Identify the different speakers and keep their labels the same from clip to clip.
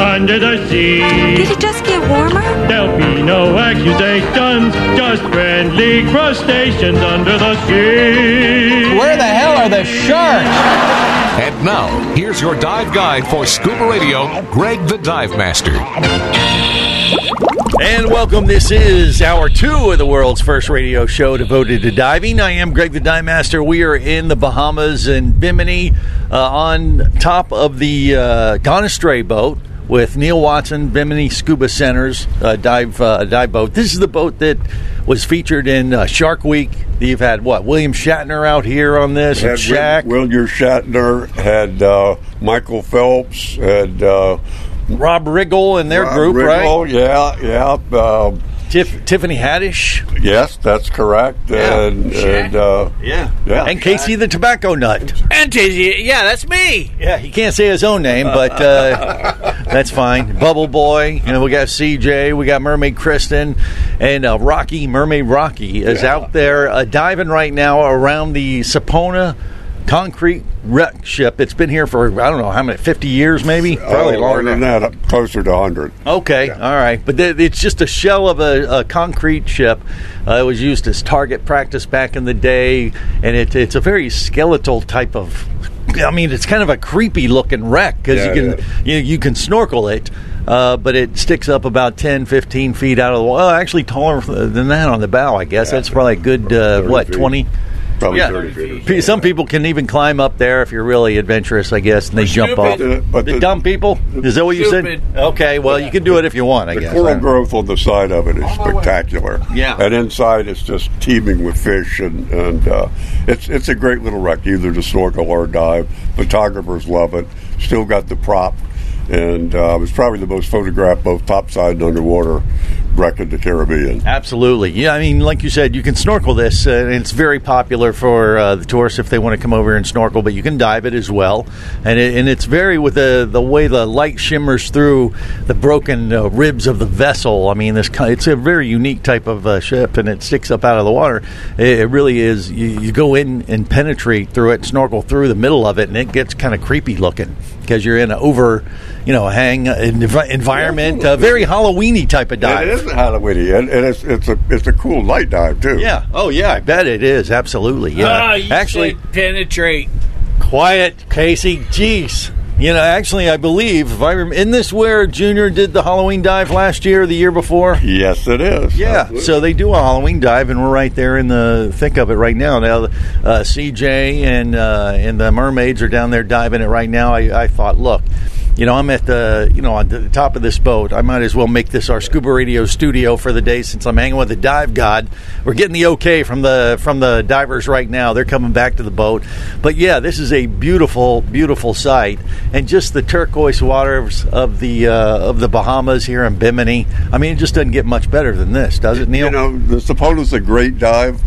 Speaker 1: under the sea.
Speaker 2: Did it just get warmer?
Speaker 1: There'll be no accusations, just friendly crustaceans under the sea.
Speaker 3: Where the hell are the sharks?
Speaker 4: And now, here's your dive guide for scuba radio, Greg the Dive Master.
Speaker 5: Uh, And welcome. This is hour two of the world's first radio show devoted to diving. I am Greg the Dive Master. We are in the Bahamas in Bimini uh, on top of the uh, Gone Astray boat with Neil Watson, Bimini Scuba Center's uh, dive uh, dive boat. This is the boat that was featured in uh, Shark Week. You've had what? William Shatner out here on this, and
Speaker 6: had
Speaker 5: Shaq.
Speaker 6: Wil- William Shatner, had uh, Michael Phelps, had uh,
Speaker 5: Rob Riggle and their
Speaker 6: Rob
Speaker 5: group,
Speaker 6: Riggle.
Speaker 5: right?
Speaker 6: Yeah, yeah. Uh,
Speaker 5: Tiff- Tiffany Haddish,
Speaker 6: yes, that's correct.
Speaker 5: Yeah.
Speaker 6: And, and uh,
Speaker 5: yeah,
Speaker 6: Yeah.
Speaker 5: and Casey the Tobacco Nut.
Speaker 3: And Daisy, yeah, that's me.
Speaker 5: Yeah, he can't say his own name, but uh, that's fine. Bubble Boy, you know, we got CJ, we got Mermaid Kristen, and uh, Rocky, Mermaid Rocky is out there uh, diving right now around the Sapona concrete wreck ship. It's been here for, I don't know, how many, 50 years maybe?
Speaker 6: oh, longer than that, uh, closer to 100.
Speaker 5: Okay, all right, but th- it's just a shell of a, a concrete ship. Uh, it was used as target practice back in the day, and it, it's a very skeletal type of. I mean, it's kind of a creepy looking wreck because
Speaker 6: Yeah,
Speaker 5: you can you, you can snorkel it, uh, but it sticks up about 10, 15 feet out of the water. Well, actually, taller than that on the bow, I guess. That's probably a good uh, what
Speaker 6: feet.
Speaker 5: twenty.
Speaker 6: Probably
Speaker 5: Yeah.
Speaker 6: 30 feet. or
Speaker 5: P- Some people can even climb up there if you're really adventurous, I guess, and they jump off.
Speaker 6: stupid. Uh, but
Speaker 5: the,
Speaker 6: the-
Speaker 5: dumb people? Is that what you
Speaker 3: Stupid.
Speaker 5: said? Okay, well, you can do it if you want, I
Speaker 6: The
Speaker 5: guess. I
Speaker 6: coral
Speaker 5: don't know.
Speaker 6: growth on the side of it is spectacular.
Speaker 5: Yeah.
Speaker 6: and inside it's just teeming with fish, and and uh, it's it's a great little wreck, either to snorkel or dive. Photographers love it. Still got the prop, and uh, it's probably the most photographed both topside and underwater wreck in the Caribbean.
Speaker 5: Absolutely. Yeah, I mean, like you said, you can snorkel this, uh, and it's very popular for uh, the tourists if they want to come over and snorkel, but you can dive it as well. And, it, and it's very with the, the way the light shimmers through the broken uh, ribs of the vessel. I mean, this ki- it's a very unique type of uh, ship, and it sticks up out of the water. It, it really is. You, you go in and penetrate through it, snorkel through the middle of it, and it gets kind of creepy looking because you're in an over, you know, hang uh, env- environment, uh, very Halloweeny type of dive.
Speaker 6: It is a Halloweeny, and, and it's it's a it's a cool night dive too.
Speaker 5: Yeah. Oh, yeah. I bet it is. Absolutely. Yeah.
Speaker 3: Ah, you
Speaker 5: actually,
Speaker 3: said penetrate.
Speaker 5: quiet, Casey. Jeez. You know, actually, I believe if I rem- in this where Junior did the Halloween dive last year, or the year before.
Speaker 6: Yes, it is.
Speaker 5: Yeah,
Speaker 6: Absolutely.
Speaker 5: so they do a Halloween dive, and we're right there in the thick of it right now. Now, uh, CJ and uh, and the mermaids are down there diving it right now. I, I thought, look, you know, I'm at the you know on the top of this boat. I might as well make this our scuba radio studio for the day since I'm hanging with the dive god. We're getting the okay from the from the divers right now. They're coming back to the boat, but yeah, this is a beautiful, beautiful sight, and just the turquoise waters of the uh, of the Bahamas here in Bimini. I mean, it just doesn't get much better than this, does it, Neil?
Speaker 6: You know, the Sapona's a great dive,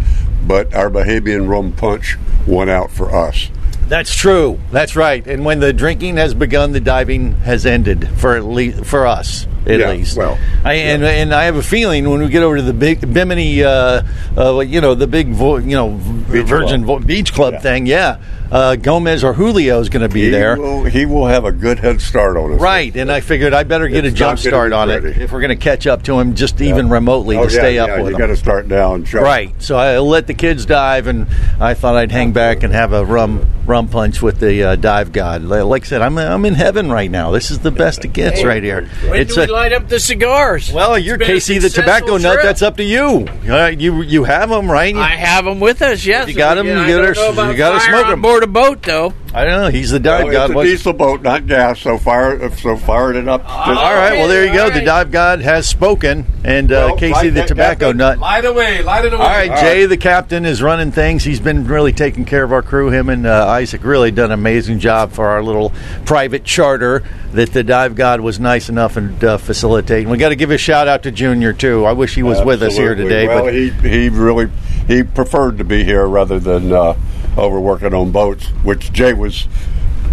Speaker 6: but our Bahamian rum punch won out for us.
Speaker 5: That's true. That's right. And when the drinking has begun, the diving has ended for at least for us, at
Speaker 6: Yeah,
Speaker 5: least.
Speaker 6: well,
Speaker 5: I, and and I have a feeling when we get over to the big Bimini, uh, uh, you know, the big vo- you know
Speaker 6: Beach
Speaker 5: Virgin
Speaker 6: club.
Speaker 5: Vo- Beach Club
Speaker 6: Yeah.
Speaker 5: thing. Yeah, uh, Gomez or Julio is going to be there.
Speaker 6: He will, he will have a good head start on us.
Speaker 5: Right, and I figured I better get a
Speaker 6: It's
Speaker 5: jump
Speaker 6: not gonna
Speaker 5: start
Speaker 6: be
Speaker 5: on it
Speaker 6: pretty.
Speaker 5: if we're going to catch up to him, just even remotely
Speaker 6: Oh,
Speaker 5: to stay
Speaker 6: yeah,
Speaker 5: up
Speaker 6: yeah,
Speaker 5: with
Speaker 6: you
Speaker 5: him.
Speaker 6: got to start now and show.
Speaker 5: Right. So I let the kids dive, and I thought I'd hang back and have a rum rum punch with the uh, dive god. Li- Like I said, I'm I'm in heaven right now. This is the best it gets right here.
Speaker 3: When do we light up the cigars?
Speaker 5: well, you're
Speaker 3: It's been a
Speaker 5: Casey the
Speaker 3: successful
Speaker 5: tobacco nut.
Speaker 3: trip.
Speaker 5: That's up to you. Uh, you you have them right.
Speaker 3: I have them with us. Yes,
Speaker 5: You got 'em,
Speaker 3: I
Speaker 5: you
Speaker 3: don't
Speaker 5: gotta-
Speaker 3: know about
Speaker 5: you gotta
Speaker 3: fire
Speaker 5: smoke
Speaker 3: on
Speaker 5: 'em.
Speaker 3: board a boat though.
Speaker 5: I don't know. He's the dive
Speaker 6: Well,
Speaker 5: god.
Speaker 6: Oh, it's a
Speaker 5: What's-
Speaker 6: diesel boat, not gas. So fire, so fired it up.
Speaker 3: Ah,
Speaker 5: all right. Well, there you go.
Speaker 3: All
Speaker 5: The
Speaker 3: right.
Speaker 5: dive god has spoken, and uh,
Speaker 6: Well,
Speaker 5: Casey
Speaker 6: like
Speaker 5: the
Speaker 6: that-
Speaker 5: tobacco
Speaker 6: that-
Speaker 5: nut.
Speaker 7: Light away, light it away.
Speaker 5: All right,
Speaker 6: All
Speaker 5: Jay, the captain, is running things. He's been really taking care of our crew. Him and uh, Isaac really done an amazing job for our little private charter that the dive god was nice enough and uh, facilitating. We got to give a shout out to Junior too. I wish he was with us here
Speaker 6: Absolutely.
Speaker 5: today,
Speaker 6: Well,
Speaker 5: but
Speaker 6: he he really he preferred to be here rather than uh, overworking on boats, which Jay was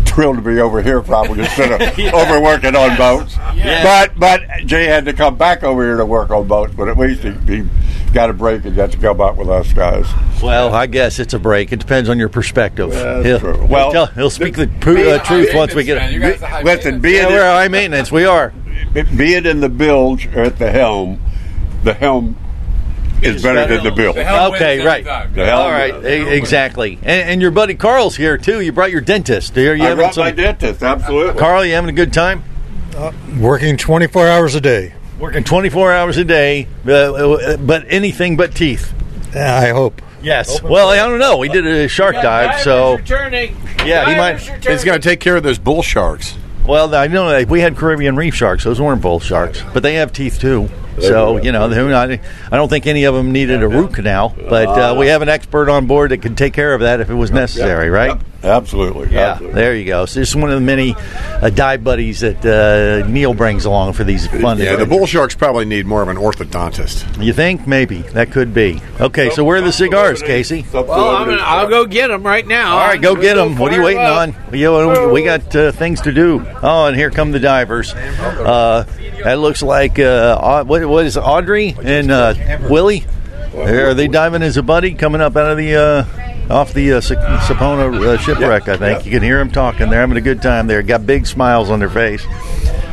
Speaker 6: thrilled to be over here probably instead of overworking on boats. But but Jay had to come back over here to work on boats, but at least he, he got a break and got to come out with us guys.
Speaker 5: well, I guess it's a break. It depends on your perspective.
Speaker 6: Well, that's
Speaker 5: he'll,
Speaker 6: true.
Speaker 5: he'll
Speaker 6: Well,
Speaker 5: tell- he'll speak the pru- uh, truth once we get.
Speaker 7: You guys are high
Speaker 6: Listen,
Speaker 7: maintenance.
Speaker 6: being
Speaker 5: Yeah,
Speaker 6: in-
Speaker 5: we're high maintenance. We are.
Speaker 6: be- being in the bilge or at the helm, the helm is better than the bilge.
Speaker 7: The hell wins
Speaker 5: Okay,
Speaker 7: every
Speaker 5: right.
Speaker 7: time.
Speaker 6: The hell
Speaker 5: All right,
Speaker 6: wins.
Speaker 5: e- exactly. And, and your buddy Carl's here too. You brought your dentist. Here, you
Speaker 6: I
Speaker 5: having
Speaker 6: brought
Speaker 5: some-
Speaker 6: my dentist, absolutely.
Speaker 5: Carl, you having a good time?
Speaker 8: Working 24 hours a day.
Speaker 5: Working 24 hours a day, uh, but anything but teeth.
Speaker 8: I hope.
Speaker 5: Yes. Well, I don't know. We did a shark dive, so
Speaker 3: returning.
Speaker 5: Yeah, he
Speaker 3: Divers
Speaker 5: might-
Speaker 3: returning.
Speaker 7: It's going to take care of those bull sharks.
Speaker 5: well, I know that we had Caribbean reef sharks. Those weren't bull sharks, but they have teeth too. So you know, who- I I don't think any of them needed a root canal, but uh, we have an expert on board that could take care of that if it was necessary, right?
Speaker 6: Absolutely.
Speaker 5: Yeah,
Speaker 6: absolutely.
Speaker 5: there you go. So this is one of the many uh, dive buddies that uh, Neil brings along for these fun.
Speaker 7: Uh, Yeah, the
Speaker 5: adventures.
Speaker 7: bull sharks probably need more of an orthodontist.
Speaker 5: You think maybe that could be okay? So where are the cigars, Casey?
Speaker 3: Well, I'm gonna, I'll go get him right now.
Speaker 5: All right, go get them. What are you waiting
Speaker 3: Fire up.
Speaker 5: on? Yo, we got uh, things to do. Oh, and here come the divers. Uh, that looks like uh, Au- what, what is it, Audrey and uh, Willie? Are they diving as a buddy coming up out of the uh, off the uh, Sa- Sapona uh, shipwreck? I think you can hear them talking. They're having a good time. There, got big smiles on their face.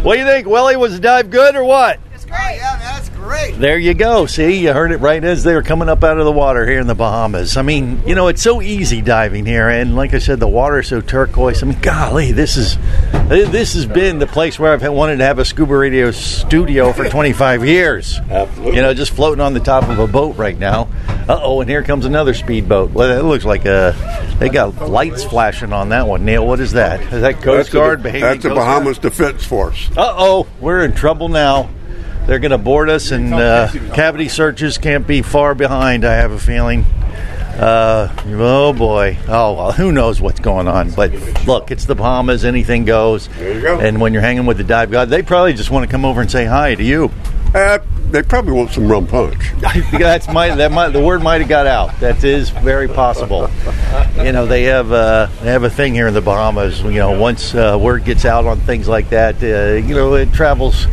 Speaker 5: What do you think, Willie? Was the dive good or what?
Speaker 9: Yeah, that's great.
Speaker 5: There you go. See, you heard it right as they were coming up out of the water here in the Bahamas. I mean, you know, it's so easy diving here, and like I said, the water is so turquoise. I mean, golly, this is this has been the place where I've wanted to have a scuba radio studio for 25 years.
Speaker 6: Absolutely.
Speaker 5: You know, just floating on the top of a boat right now. Uh oh, and here comes another speedboat. Well, that looks like a they got lights flashing on that one. Neil, what is that? Is that Coast Guard
Speaker 6: the,
Speaker 5: behavior?
Speaker 6: that's the Bahamas Defense Force.
Speaker 5: uh oh, we're in trouble now. They're going to board us,
Speaker 6: Oh,
Speaker 5: and uh, cavity searches can't be far behind, I have a feeling. Uh, oh boy. Oh, well, who knows what's going on? But look, it's the Bahamas, anything goes.
Speaker 6: There you go.
Speaker 5: And when you're hanging with the dive god, they probably just want to come over and say hi to you.
Speaker 6: Uh, they probably want some rum punch.
Speaker 5: I think that's my that might the word might have got out. That is very possible. You know they have uh, they have a thing here in the Bahamas. You know once uh, word gets out on things like that, uh, you know it travels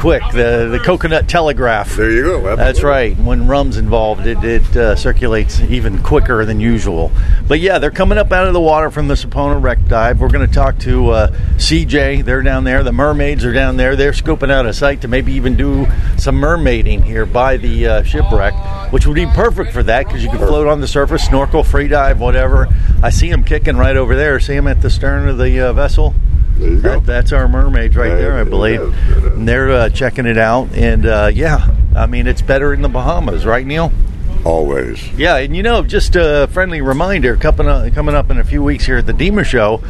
Speaker 5: quick. The the coconut telegraph.
Speaker 6: There you go. Absolutely.
Speaker 5: That's right. When rum's involved, it, it uh, circulates even quicker than usual. But yeah, they're coming up out of the water from the Sapona wreck dive. We're going to talk to uh, CJ. They're down there. The mermaids are down there. They're scoping out a site to maybe even do some mermaiding here by the uh, shipwreck, which would be perfect for that because you can float on the surface, snorkel, free dive, whatever. I see them kicking right over there. See them at the stern of the uh, vessel.
Speaker 6: There you go.
Speaker 5: That- that's our mermaids right there, I
Speaker 6: It
Speaker 5: believe.
Speaker 6: is, it is.
Speaker 5: And they're uh, checking it out, and uh, yeah, I mean it's better in the Bahamas, right, Neil?
Speaker 6: Always.
Speaker 5: Yeah, and you know, just a friendly reminder coming up, coming up in a few weeks here at the Dima Show,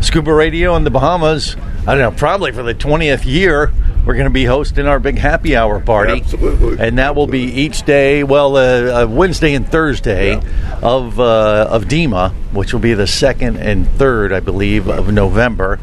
Speaker 5: Scuba Radio in the Bahamas. I don't know, probably for the twentieth year, we're going to be hosting our big happy hour party,
Speaker 6: Absolutely.
Speaker 5: and that will be each day, well, uh, uh, Wednesday and Thursday of uh, of Dima, which will be the second and third, I believe, of November.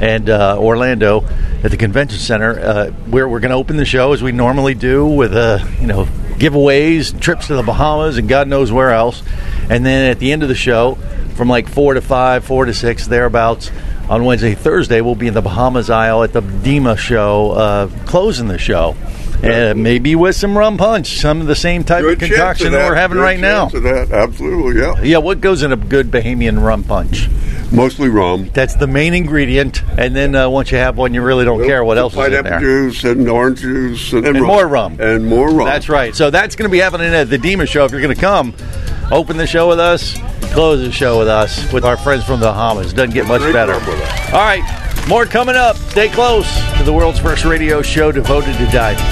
Speaker 5: And uh, Orlando at the convention center, uh, where we're going to open the show as we normally do with uh, you know giveaways, trips to the Bahamas, and God knows where else. And then at the end of the show, from like four to five, four to six thereabouts, on Wednesday, Thursday, we'll be in the Bahamas Isle at the Dima show, uh, closing the show. Uh, maybe with some rum punch, some of the same type
Speaker 6: Good
Speaker 5: of
Speaker 6: chance
Speaker 5: concoction
Speaker 6: of
Speaker 5: that. we're having
Speaker 6: Good
Speaker 5: right now.
Speaker 6: chance of that. Absolutely, yeah.
Speaker 5: Yeah, what goes in a good Bahamian rum punch?
Speaker 6: Mostly rum.
Speaker 5: That's the main ingredient, and then uh, once you have one, you really don't care what else is in
Speaker 6: Pineapple
Speaker 5: there.
Speaker 6: juice and orange juice and,
Speaker 5: And more rum.
Speaker 6: And more rum.
Speaker 5: That's right. So that's going to be happening at the Dima Show. If you're going to come, open the show with us, close the show with us, with our friends from the Bahamas. Doesn't get much
Speaker 6: Great
Speaker 5: better.
Speaker 6: number there.
Speaker 5: All right, more coming up. Stay close to the world's first radio show devoted to diving.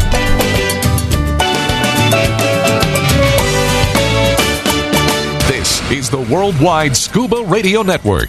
Speaker 4: This is the Worldwide Scuba Radio Network.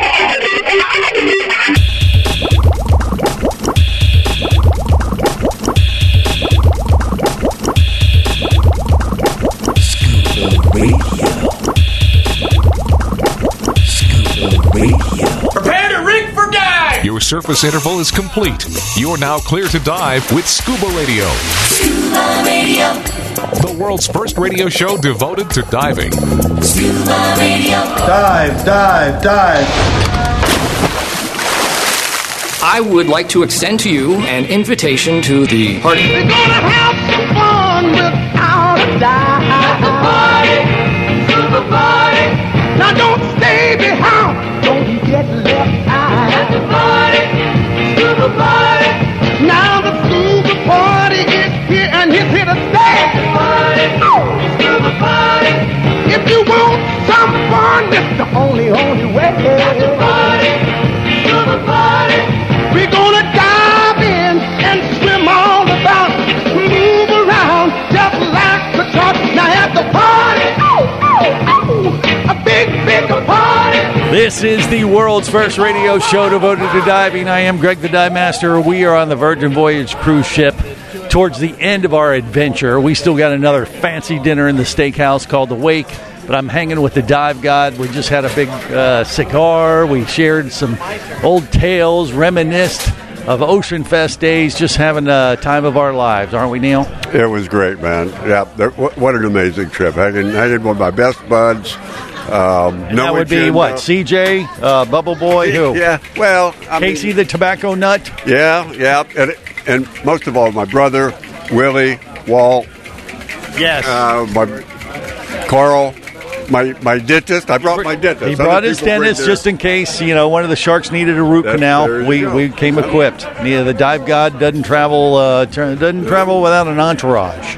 Speaker 4: Prepare to rig for dive! Your surface interval is complete. You're now clear to dive with Scuba Radio. Scuba Radio. The world's first radio show devoted to diving. Scuba
Speaker 10: Dive, dive, dive.
Speaker 11: I would like to extend to you an invitation to the party.
Speaker 12: Now don't stay behind. Don't get left out. At the party, scuba party. Now the scuba party is here and it's here to stay. At the party, scuba party. If you want some fun, it's the only, only way. At the party, scuba party. We're gonna dive in and swim all about. Move around just like the top. Now at the party, a big, big party.
Speaker 5: This is the world's first radio show devoted to diving. I am Greg the Dive Master. We are on the Virgin Voyage cruise ship. Towards the end of our adventure, we still got another fancy dinner in the steakhouse called The Wake, but I'm hanging with the dive god. We just had a big uh, cigar. We shared some old tales, reminisced of Ocean Fest days, just having a time of our lives, aren't we, Neil?
Speaker 6: It was great, man. Yeah, there, what, what an amazing trip. I did, I did one of my best buds. Um,
Speaker 5: And that would be
Speaker 6: agenda.
Speaker 5: what? CJ, uh, Bubble Boy, who?
Speaker 6: Yeah, well, I mean-
Speaker 5: Casey the tobacco nut.
Speaker 6: Yeah, yeah, and and most of all, my brother Willie, Walt.
Speaker 5: Yes.
Speaker 6: Uh, my Carl, my my dentist. I brought my dentist.
Speaker 5: He
Speaker 6: Other
Speaker 5: brought his
Speaker 6: people bring
Speaker 5: dentist
Speaker 6: theirs.
Speaker 5: just in case you know one of the sharks needed a root
Speaker 6: That's- there
Speaker 5: canal.
Speaker 6: you
Speaker 5: We
Speaker 6: go.
Speaker 5: we came equipped. Yeah, the dive god doesn't travel uh, tra- doesn't travel without an entourage.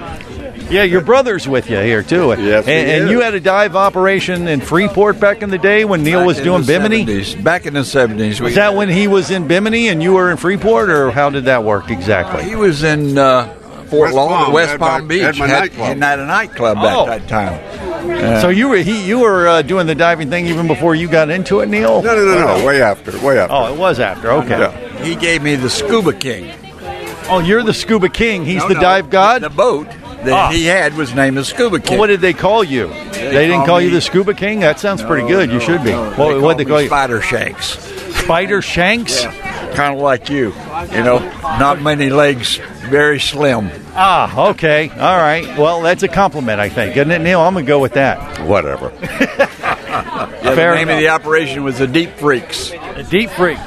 Speaker 5: Yeah, your brother's with you here too. Yes,
Speaker 13: he
Speaker 5: and, and
Speaker 13: is.
Speaker 5: you had a dive operation in Freeport back in the day when Neil was
Speaker 13: Back in
Speaker 5: doing
Speaker 13: the
Speaker 5: Bimini.
Speaker 13: 70s. Back in the seventies,
Speaker 5: Was that when he was in Bimini and you were in Freeport, or how did that work exactly?
Speaker 13: he was in uh, Fort
Speaker 5: West
Speaker 13: Long,
Speaker 5: Palm,
Speaker 13: West
Speaker 5: had my-
Speaker 13: Palm Beach,
Speaker 5: had my nightclub.
Speaker 13: had not a nightclub
Speaker 5: Oh.
Speaker 13: at that time. Uh,
Speaker 5: so you were he you were uh, doing the diving thing even before you got into it, Neil?
Speaker 13: No, no, no, no, way
Speaker 6: after, way after.
Speaker 5: Oh, it was after. Okay.
Speaker 13: he gave me the Scuba King.
Speaker 5: Oh, you're the Scuba King. He's
Speaker 13: No,
Speaker 5: the
Speaker 13: no,
Speaker 5: dive god.
Speaker 13: The boat that
Speaker 5: Ah.
Speaker 13: he had was named the Scuba King.
Speaker 5: Well, what did they call you? They, didn't
Speaker 13: call
Speaker 5: call, you
Speaker 13: me-
Speaker 5: the Scuba King. That sounds pretty good. you
Speaker 13: no,
Speaker 5: should be.
Speaker 13: no.
Speaker 5: What
Speaker 13: They
Speaker 5: what they
Speaker 13: called
Speaker 5: call
Speaker 13: me
Speaker 5: you?
Speaker 13: Spider Shanks.
Speaker 5: Spider Shanks.
Speaker 13: Kind of like you, you know, not many legs, very slim.
Speaker 5: Ah, okay, all right. Well, that's a compliment, I think, isn't it, Neil? I'm gonna go with that.
Speaker 6: Whatever.
Speaker 13: Yeah,
Speaker 5: Fair
Speaker 13: the name
Speaker 5: enough.
Speaker 13: of the operation was the Deep Freaks.
Speaker 5: Deep Freak.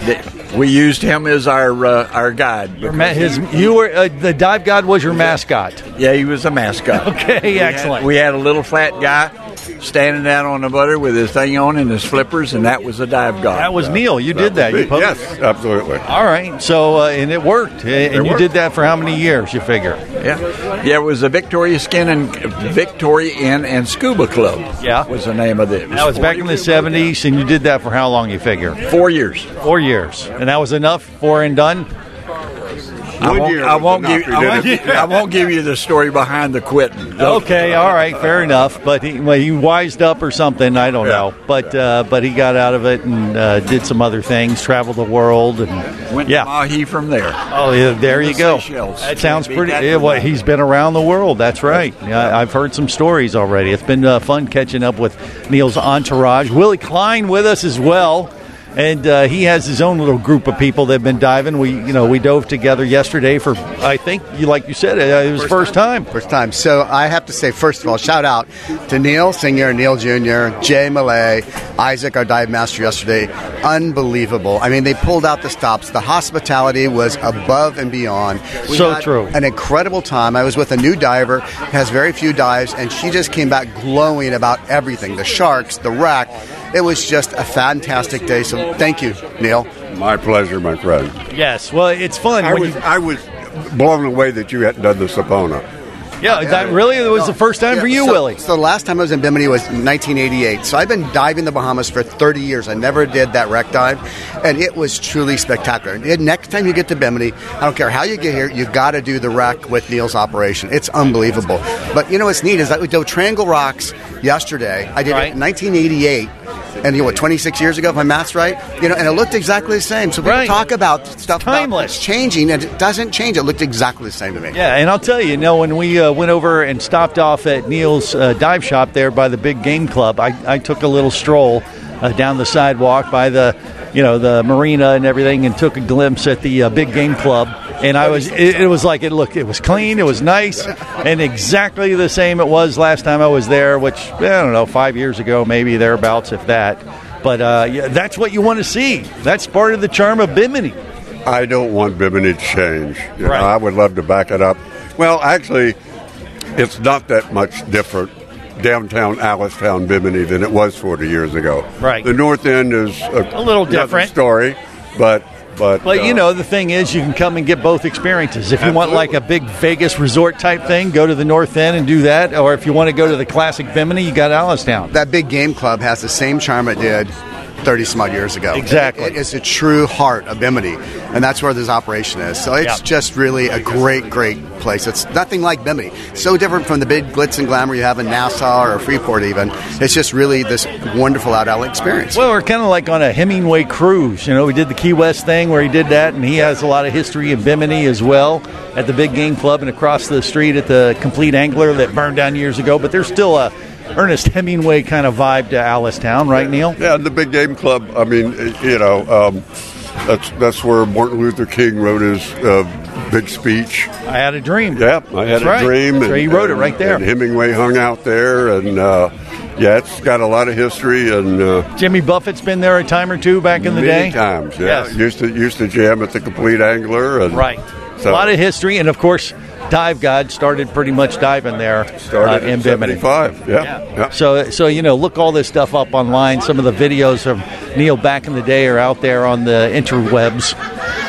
Speaker 13: We used him as our uh, our guide.
Speaker 5: Your ma- his, you were uh, the dive god was your mascot.
Speaker 13: Yeah, he was a mascot.
Speaker 5: Okay,
Speaker 13: We had-
Speaker 5: excellent.
Speaker 13: we had a little flat guy standing out on the butter with his thing on and his flippers, and that was a dive god.
Speaker 5: That was Neil. You did that. You posted-
Speaker 13: yes, absolutely.
Speaker 5: All right. So uh, and it worked. And you
Speaker 13: worked.
Speaker 5: did that for how many years? You figure.
Speaker 13: Yeah, yeah. It was the Victoria Skin and Victoria Inn and Scuba Club. Yeah, was the name of it. it
Speaker 5: That was back in the seventies, and you did that for how long? You figure
Speaker 13: four years.
Speaker 5: Four years, and that was enough. Four and done.
Speaker 13: I
Speaker 5: One
Speaker 13: won't,
Speaker 5: year
Speaker 13: I
Speaker 5: was
Speaker 13: won't
Speaker 5: enough.
Speaker 13: give.
Speaker 5: He
Speaker 13: I won't,
Speaker 5: did it.
Speaker 13: I won't give you the story behind the quitting.
Speaker 5: Okay, all right, fair enough. But he, well, he wised up or something. I don't know. But uh, but he got out of it and uh, did some other things, traveled the world, and
Speaker 13: Went
Speaker 5: yeah.
Speaker 13: to Mahi from there.
Speaker 5: Oh, yeah, there
Speaker 13: The
Speaker 5: you go.
Speaker 13: Seychelles.
Speaker 5: That sounds
Speaker 13: Beat
Speaker 5: pretty.
Speaker 13: that
Speaker 5: Yeah,
Speaker 13: one
Speaker 5: well,
Speaker 13: up.
Speaker 5: he's been around the world. That's right. Yeah, I've heard some stories already. It's been uh, fun catching up with Neil's entourage. Willie Klein with us as well, and uh, he has his own little group of people that have been diving. We, you know, we dove together yesterday for I think you like you said it, it was first time.
Speaker 14: First time. So I have to say, first of all, shout out to Neil Singer, Neil Jr., Jay Malay, Isaac, our dive master yesterday. Unbelievable. I mean, they pulled out the stops. The hospitality was above and beyond.
Speaker 5: So true.
Speaker 14: An incredible time. I was with a new diver, has very few dives, and she just came back glowing about everything the sharks, the wreck. It was just a fantastic day. So thank you, Neil.
Speaker 6: My pleasure, my friend.
Speaker 5: Yes. Well, it's fun.
Speaker 6: I
Speaker 5: when
Speaker 6: was
Speaker 5: you-
Speaker 6: I was blown away that you hadn't done the Sapona.
Speaker 5: yeah, that really was the first time for you,
Speaker 14: so,
Speaker 5: Willie.
Speaker 14: So the last time I was in Bimini was 1988. So I've been diving the Bahamas for 30 years. I never did that wreck dive, and it was truly spectacular. And next time you get to Bimini, I don't care how you get here, you got to do the wreck with Neil's operation. It's unbelievable. But you know what's neat is that we did Triangle Rocks yesterday. I did it in 1988. And you know what? Twenty six years ago, if my math's right, you know, and it looked exactly the same. So we talk about stuff timeless, it's changing, and it doesn't change. It looked exactly the same to me.
Speaker 5: Yeah, and I'll tell you, you know, when we uh, went over and stopped off at Neil's uh, dive shop there by the big game club, I, I took a little stroll uh, down the sidewalk by the, you know, the marina and everything, and took a glimpse at the uh, big game club. And I was, it, it was like it looked, it was clean, it was nice, and exactly the same it was last time I was there, which I don't know, five years ago, maybe thereabouts, if that. But uh, yeah, that's what you want to see. That's part of the charm of Bimini.
Speaker 6: I don't want Bimini to change. You
Speaker 5: Right.
Speaker 6: know, I would love to back it up. Well, actually, it's not that much different downtown Allistown Bimini than it was 40 years ago.
Speaker 5: Right.
Speaker 6: The north end is a,
Speaker 5: A little
Speaker 6: another
Speaker 5: different.
Speaker 6: story, but but
Speaker 5: But you
Speaker 6: uh,
Speaker 5: know, the thing is, you can come and get both experiences. If you want like a big Vegas resort type thing, go to the North End and do that. Or if you want to go to the classic Bimini, you got Allistown.
Speaker 14: That big game club has the same charm it did 30 some odd years ago.
Speaker 5: Exactly.
Speaker 14: It- it's the true heart of Bimini, and that's where this operation is. So it's
Speaker 5: Yeah.
Speaker 14: just really a great, great place. It's nothing like Bimini. So different from the big glitz and glamour you have in Nassau or Freeport, even. It's just really this wonderful out outlet experience.
Speaker 5: Well, we're kind of like on a Hemingway cruise. You know, we did the Key West thing where he did that, and he has a lot of history in Bimini as well at the Big Game Club and across the street at the Complete Angler that burned down years ago. But there's still a Ernest Hemingway kind of vibe to Allistown, right, Neil?
Speaker 6: Yeah, the big game club. I mean, i- you know, um, that's that's where Martin Luther King wrote his uh, big speech.
Speaker 5: I had a dream.
Speaker 6: Yeah, I had
Speaker 5: That's right.
Speaker 6: a dream.
Speaker 5: That's right. He wrote it
Speaker 6: and-
Speaker 5: right there.
Speaker 6: And Hemingway hung out there, and uh, yeah, it's got a lot of history. And uh,
Speaker 5: Jimmy Buffett's been there a time or two back in the
Speaker 6: many
Speaker 5: day.
Speaker 6: times, yeah,
Speaker 5: Yes.
Speaker 6: used to used to jam at the Complete Angler, and
Speaker 5: Right.
Speaker 6: So
Speaker 5: a lot of history, and of course, Dive God started pretty much diving there
Speaker 6: started
Speaker 5: uh, in
Speaker 6: in
Speaker 5: Bimini.
Speaker 6: '75. Yeah. yeah.
Speaker 5: So, so you know, look all this stuff up online. Some of the videos from Neil back in the day are out there on the interwebs,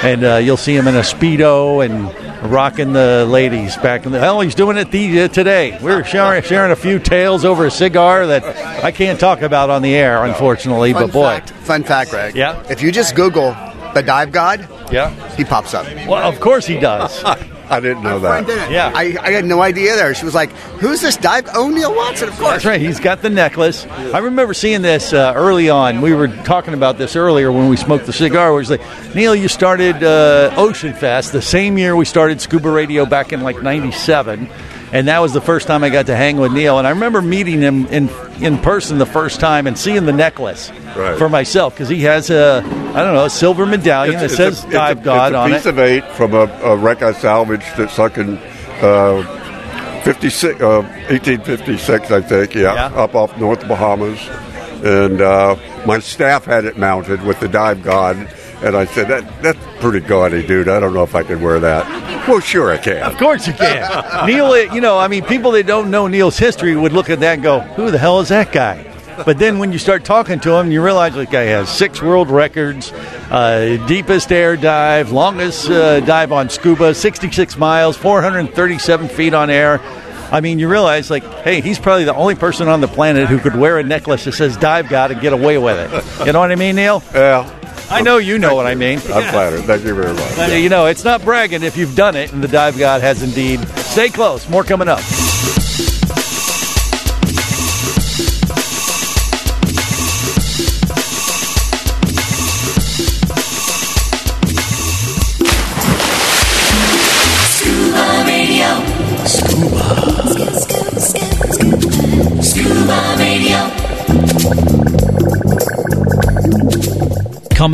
Speaker 5: and uh, you'll see him in a speedo and rocking the ladies back in the. Hell, he's doing it the, uh, today. We're sharing, sharing a few tales over a cigar that I can't talk about on the air, unfortunately.
Speaker 14: Fun
Speaker 5: But boy,
Speaker 14: fact, fun fact, Greg.
Speaker 5: Yeah.
Speaker 14: If you just Google the dive god,
Speaker 5: yeah,
Speaker 14: he pops up.
Speaker 5: Well, of course he does.
Speaker 6: I didn't know that.
Speaker 14: Yeah. I, I had no idea there. She was like, who's this dive? Oh, Neil Watson, of course.
Speaker 5: That's right. He's got the necklace. I remember seeing this uh, early on. We were talking about this earlier when we smoked the cigar. We was like, Neil, you started uh, Ocean Fest the same year we started Scuba Radio back in like '97, and that was the first time I got to hang with Neil. And I remember meeting him in in person the first time and seeing the necklace
Speaker 6: Right.
Speaker 5: for myself because he has a I don't know a silver medallion
Speaker 6: It's-
Speaker 5: that
Speaker 6: it's a-
Speaker 5: says
Speaker 6: it's a-
Speaker 5: Dive God
Speaker 6: it's a
Speaker 5: on
Speaker 6: piece
Speaker 5: it.
Speaker 6: of eight from a, a wreck I salvaged that's sunk in uh, 56, uh, 1856, I think, yeah, up off North Bahamas. and uh, my staff had it mounted with the dive god. And I said, that, that's pretty gaudy, dude. I don't know if I can wear that. Well, sure I can.
Speaker 5: Of course you can. Neil, you know, I mean, people that don't know Neil's history would look at that and go, who the hell is that guy? But then when you start talking to him, you realize the guy has six world records, uh, deepest air dive, longest uh, dive on scuba, 66 miles, 437 feet on air. I mean, you realize, like, hey, he's probably the only person on the planet who could wear a necklace that says dive god and get away with it. You know what I mean, Neil?
Speaker 6: Yeah.
Speaker 5: I know you know what I mean.
Speaker 6: I'm flattered. Thank you very much.
Speaker 5: But, uh, You know, it's not bragging if you've done it, and the dive god has indeed. Stay close. More coming up.
Speaker 12: Scuba Radio. Scuba. Scuba. Scuba. Scuba Radio.
Speaker 15: Come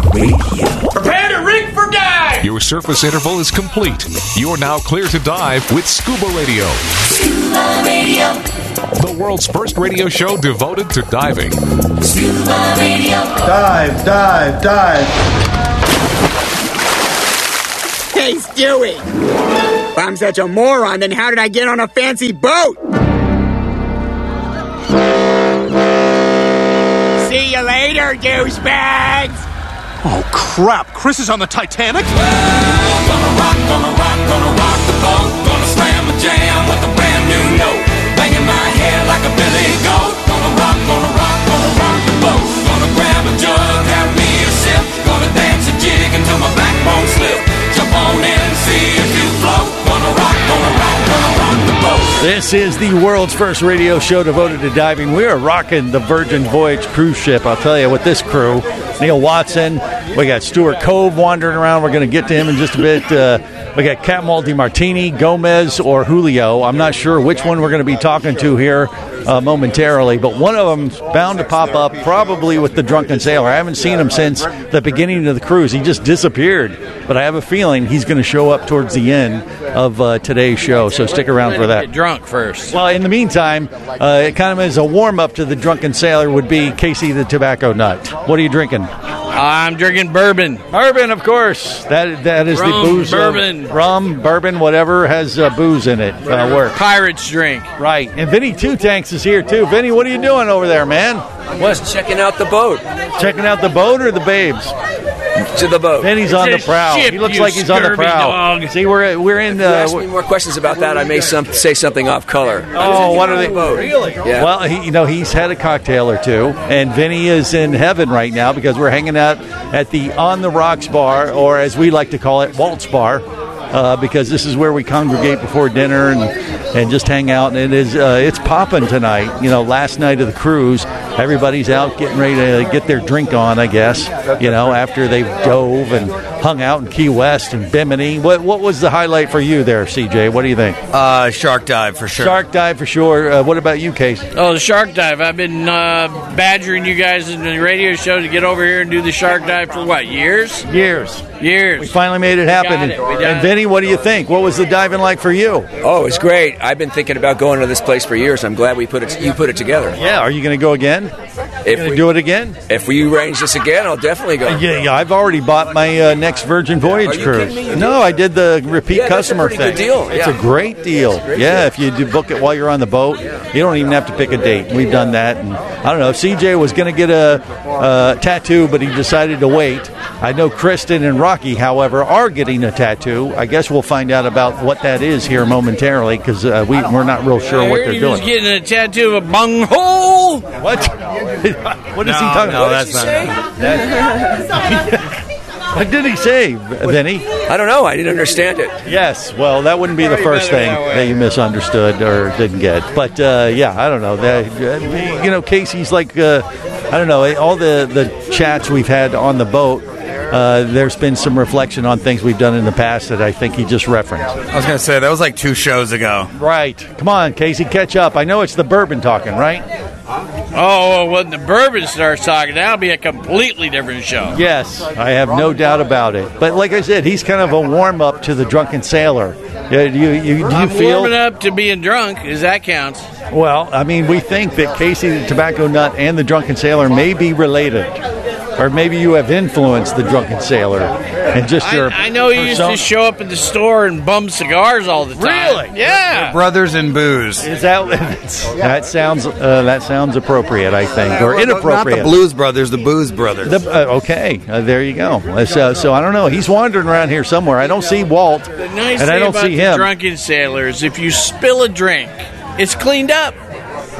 Speaker 12: Prepare to rig for dive.
Speaker 4: Your surface interval is complete. You're now clear to dive with Scuba Radio,
Speaker 12: Scuba Radio.
Speaker 4: the world's first radio show devoted to diving.
Speaker 12: Scuba Radio.
Speaker 10: Dive, dive, dive.
Speaker 16: Hey, Stewie! If I'm such a moron, then how did I get on a fancy boat?
Speaker 12: See you later, douchebags.
Speaker 17: Oh, crap. Chris is on the Titanic?
Speaker 5: This is the world's first radio show devoted to diving. We are rocking the Virgin Voyage cruise ship. I'll tell you, with this crew, Neil Watson, we got Stuart Cove wandering around. We're going to get to him in just a bit. Uh, we got Cat Maldi Martini, Gomez, or Julio. I'm not sure which one we're going to be talking to here uh, momentarily, but one of them's bound to pop up, probably with the drunken sailor. I haven't seen him since the beginning of the cruise. He just disappeared, but I have a feeling he's going to show up towards the end of uh, today's show. So stick around for that.
Speaker 3: Get drunk first.
Speaker 5: Well, in the meantime, uh, it kind of as a warm up to the drunken sailor would be Casey the tobacco nut. What are you drinking?
Speaker 3: I'm drinking bourbon.
Speaker 5: Bourbon, of course. That that is
Speaker 3: Rum,
Speaker 5: the booze. of-
Speaker 3: bourbon.
Speaker 5: rum, bourbon, whatever has uh, booze in it. Uh, work.
Speaker 3: Pirates drink.
Speaker 5: Right. And Vinny Two Tanks is here too. Vinny, what are you doing over there, man?
Speaker 18: Was checking out the boat.
Speaker 5: Checking out the boat or the babes?
Speaker 18: To the boat.
Speaker 5: Vinny's on the prowl. He looks like he's on the prowl. See, we're we're in.
Speaker 18: If you ask
Speaker 5: Uh,
Speaker 18: me more questions about that, I may some, say something off color.
Speaker 5: Oh, what are they?
Speaker 18: Really? Yeah.
Speaker 5: Well, he, you know, he's had a cocktail or two, and Vinny is in heaven right now because we're hanging out at the On the Rocks bar, or as we like to call it, Waltz bar, uh, because this is where we congregate before dinner and and just hang out. And it is uh, it's popping tonight. You know, last night of the cruise, everybody's out getting ready to get their drink on, I guess. You know, after they dove and hung out in Key West and Bimini. What what was the highlight for you there, CJ? What do you think?
Speaker 19: Uh, shark dive for sure.
Speaker 5: Shark dive for sure. Uh, what about you, Casey?
Speaker 3: Oh, the shark dive. I've been uh, badgering you guys in the radio show to get over here and do the shark dive for what, years?
Speaker 5: Years.
Speaker 3: Years.
Speaker 5: We finally made it
Speaker 3: We got
Speaker 5: happen.
Speaker 3: it. We got
Speaker 5: and
Speaker 3: it.
Speaker 5: Vinny, what do you think? What was the diving like for you?
Speaker 18: Oh, it's great. I've been thinking about going to this place for years. I'm glad we put it. You put it together.
Speaker 5: Yeah. Are you going to go again?
Speaker 18: If
Speaker 5: Gonna do it again?
Speaker 18: If we arrange this again, I'll definitely go.
Speaker 5: Uh, Yeah, yeah, I've already bought my uh, next Virgin Voyage
Speaker 18: Are you
Speaker 5: cruise.
Speaker 18: kidding me? You
Speaker 5: No, I did the repeat
Speaker 18: Yeah, that's a
Speaker 5: customer
Speaker 18: pretty
Speaker 5: thing.
Speaker 18: good deal,
Speaker 5: It's a
Speaker 18: yeah.
Speaker 5: great deal. Yeah,
Speaker 18: great
Speaker 5: if you do book it while you're on the boat, you don't even have to pick a date. We've done that, and I don't know. if CJ was going to get a uh, tattoo, but he decided to wait. I know Kristen and Rocky, however, are getting a tattoo. I guess we'll find out about what that is here momentarily because uh, we we're not real sure
Speaker 3: I
Speaker 5: what
Speaker 3: heard
Speaker 5: they're
Speaker 3: he was
Speaker 5: doing.
Speaker 3: getting a tattoo of a bunghole.
Speaker 5: What? what is he
Speaker 3: No,
Speaker 5: talking
Speaker 3: no,
Speaker 5: about?
Speaker 3: that's not-
Speaker 5: What did he say, Vinny?
Speaker 18: I don't know. I didn't understand it.
Speaker 5: Yes. Well, that wouldn't be the first thing that you misunderstood or didn't get. But uh, yeah, I don't know. That, uh, you know, Casey's like, uh, I don't know, all the, the chats we've had on the boat. Uh, there's been some reflection on things we've done in the past that I think he just referenced.
Speaker 19: I was going to say, that was like two shows ago.
Speaker 5: Right. Come on, Casey, catch up. I know it's the bourbon talking, right?
Speaker 3: Oh, well, when the bourbon starts talking, that'll be a completely different show.
Speaker 5: Yes, I have no doubt about it. But like I said, he's kind of a warm up to the drunken sailor. Yeah, Do you, you, do you
Speaker 3: I'm
Speaker 5: feel?
Speaker 3: warming up to being drunk, as that counts.
Speaker 5: Well, I mean, we think that Casey the Tobacco Nut and the Drunken Sailor may be related. Or maybe you have influenced the Drunken Sailor and just your.
Speaker 3: I know you used to
Speaker 5: persona-
Speaker 3: show up at the store and bum cigars all the time. Really? Yeah.
Speaker 19: Brothers and booze.
Speaker 5: Is that that sounds uh, that sounds appropriate? I think or
Speaker 19: Not the
Speaker 5: inappropriate.
Speaker 19: Blues Brothers, the Booze Brothers.
Speaker 5: The- uh, okay, uh, there you go. Uh, So, so I don't know. He's wandering around here somewhere. I don't see Walt,
Speaker 3: The nice thing
Speaker 5: and I don't
Speaker 3: about
Speaker 5: see
Speaker 3: the
Speaker 5: him.
Speaker 3: drunken sailor is if you spill a drink, it's cleaned up.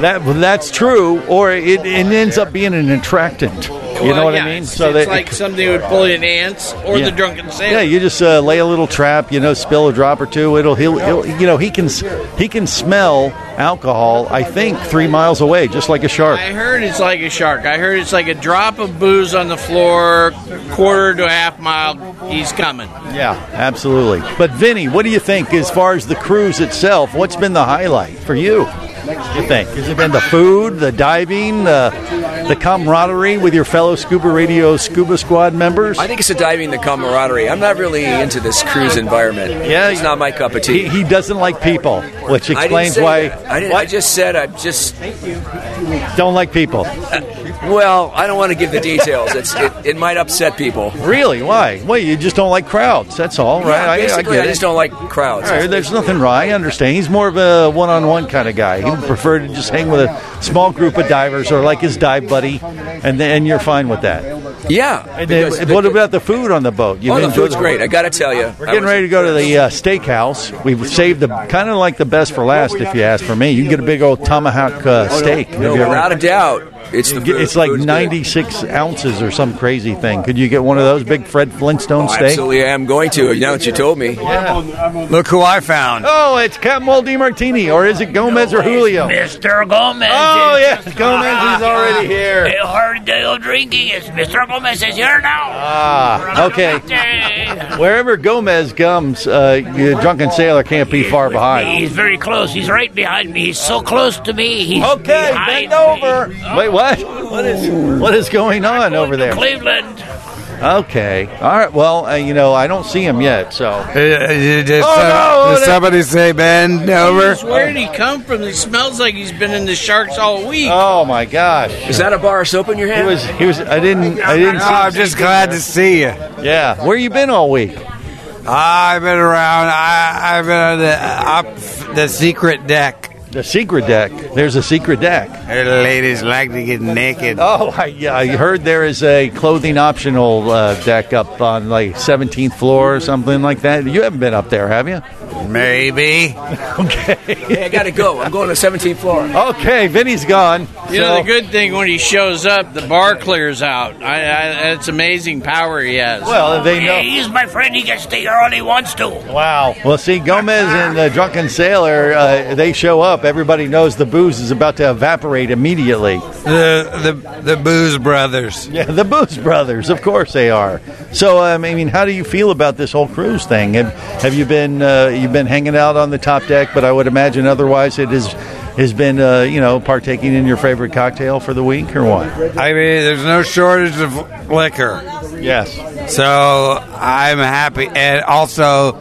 Speaker 5: That well, that's true, or it, it ends up being an attractant. You know
Speaker 3: Well,
Speaker 5: what
Speaker 3: yeah,
Speaker 5: I mean?
Speaker 3: It's, it's
Speaker 5: that-
Speaker 3: like something would pull in ants or
Speaker 5: Yeah.
Speaker 3: the drunken sailor.
Speaker 5: Yeah, you just uh, lay a little trap, you know, spill a drop or two. It'll he'll, he'll you know he can s- he can smell alcohol. I think three miles away, just like a shark.
Speaker 3: I heard it's like a shark. I heard it's like a drop of booze on the floor, quarter to a half mile. He's coming.
Speaker 5: Yeah, absolutely. But Vinny, what do you think as far as the cruise itself? What's been the highlight for you? You think has it been the food, the diving, uh, the the camaraderie with your fellow scuba radio scuba squad members?
Speaker 18: I think it's a diving the camaraderie. I'm not really into this cruise environment. Yeah, it's not my cup of tea.
Speaker 5: He, he doesn't like people, which
Speaker 18: I didn't
Speaker 5: explains
Speaker 18: say
Speaker 5: why
Speaker 18: that. I, didn't, I just said I just. Thank you.
Speaker 5: don't like people.
Speaker 18: Well, I don't want to give the details. It's it, it might upset people.
Speaker 5: Really? Why? Well, you just don't like crowds. That's all,
Speaker 18: Yeah,
Speaker 5: right? I, I
Speaker 18: basically,
Speaker 5: get
Speaker 18: I
Speaker 5: it.
Speaker 18: just don't like
Speaker 5: All
Speaker 18: crowds.
Speaker 5: right, there's nothing wrong. I understand. He's more of a one-on-one kind of guy. He would prefer to just hang with a small group of divers or like his dive buddy, and then and you're fine with that.
Speaker 18: Yeah.
Speaker 5: And then
Speaker 18: because
Speaker 5: what about the food on the boat? You
Speaker 18: oh, the
Speaker 5: enjoy
Speaker 18: food's great. I got to tell you.
Speaker 5: We're getting ready to go to the uh, steakhouse. We've saved the kind of like the best for last, if you ask for me. You can get a big old tomahawk uh, steak. Have
Speaker 18: No,
Speaker 5: you ever-
Speaker 18: without a doubt, it's the
Speaker 5: Get-
Speaker 18: food.
Speaker 5: It's like
Speaker 18: Food's good.
Speaker 5: 96 ounces or some crazy thing. Could you get one of those big Fred Flintstone
Speaker 18: Oh,
Speaker 5: steak?
Speaker 18: absolutely, I am going to. Now that you told me.
Speaker 19: Look who I found.
Speaker 5: Oh, it's Captain Di Martini, or is it Gomez or Julio?
Speaker 20: Mr. Gomez.
Speaker 5: Oh, yes, Gomez is already here.
Speaker 20: You heard the drinking. It's Mr. Gomez is here now.
Speaker 5: Ah, okay. Wherever Gomez comes, uh, your drunken sailor can't be far behind.
Speaker 20: He's very close. He's right behind me. He's so close to me. He's
Speaker 5: Okay,
Speaker 20: behind
Speaker 5: bend over. Wait, what? What is what is going on over there?
Speaker 20: Cleveland.
Speaker 5: Okay, all right. Well, uh, you know, I don't see him yet, so.
Speaker 19: Uh, Did, did some- did
Speaker 5: Oh, no, that-
Speaker 19: uh, somebody say bend over?
Speaker 3: Where did he come from? He smells like he's been in the sharks all week.
Speaker 5: Oh my gosh!
Speaker 18: Is that a bar of soap in your hand?
Speaker 5: He was. He was. I didn't. I didn't.
Speaker 19: No, I'm just glad to see you.
Speaker 5: Yeah, where you been all week?
Speaker 19: I've been around. I, I've been on the, up the secret deck.
Speaker 5: The secret deck. There's a secret deck.
Speaker 19: The ladies like to get naked.
Speaker 5: Oh, I, yeah, I heard there is a clothing optional uh, deck up on like 17th floor or something like that. You haven't been up there, have you?
Speaker 19: Maybe.
Speaker 18: Hey, I got to go. I'm going to 17th floor.
Speaker 5: Okay, Vinny's gone.
Speaker 3: You know, the good thing when he shows up, the bar clears out. I, I, it's amazing power he has.
Speaker 5: Well, they know-
Speaker 20: Yeah, he's my friend. He gets to here all he wants to.
Speaker 5: Wow. Well, see, Gomez and the drunken sailor, uh, they show up. Everybody knows the booze is about to evaporate immediately.
Speaker 19: The the the booze brothers.
Speaker 5: Yeah, the Booze Brothers, of course they are. So, um, I mean, how do you feel about this whole cruise thing? Have, have you been uh, you've been hanging out on the top deck? But I would imagine otherwise it is has been uh, you know partaking in your favorite cocktail for the week or what?
Speaker 19: I mean, there's no shortage of liquor.
Speaker 5: Yes.
Speaker 19: So I'm happy, and also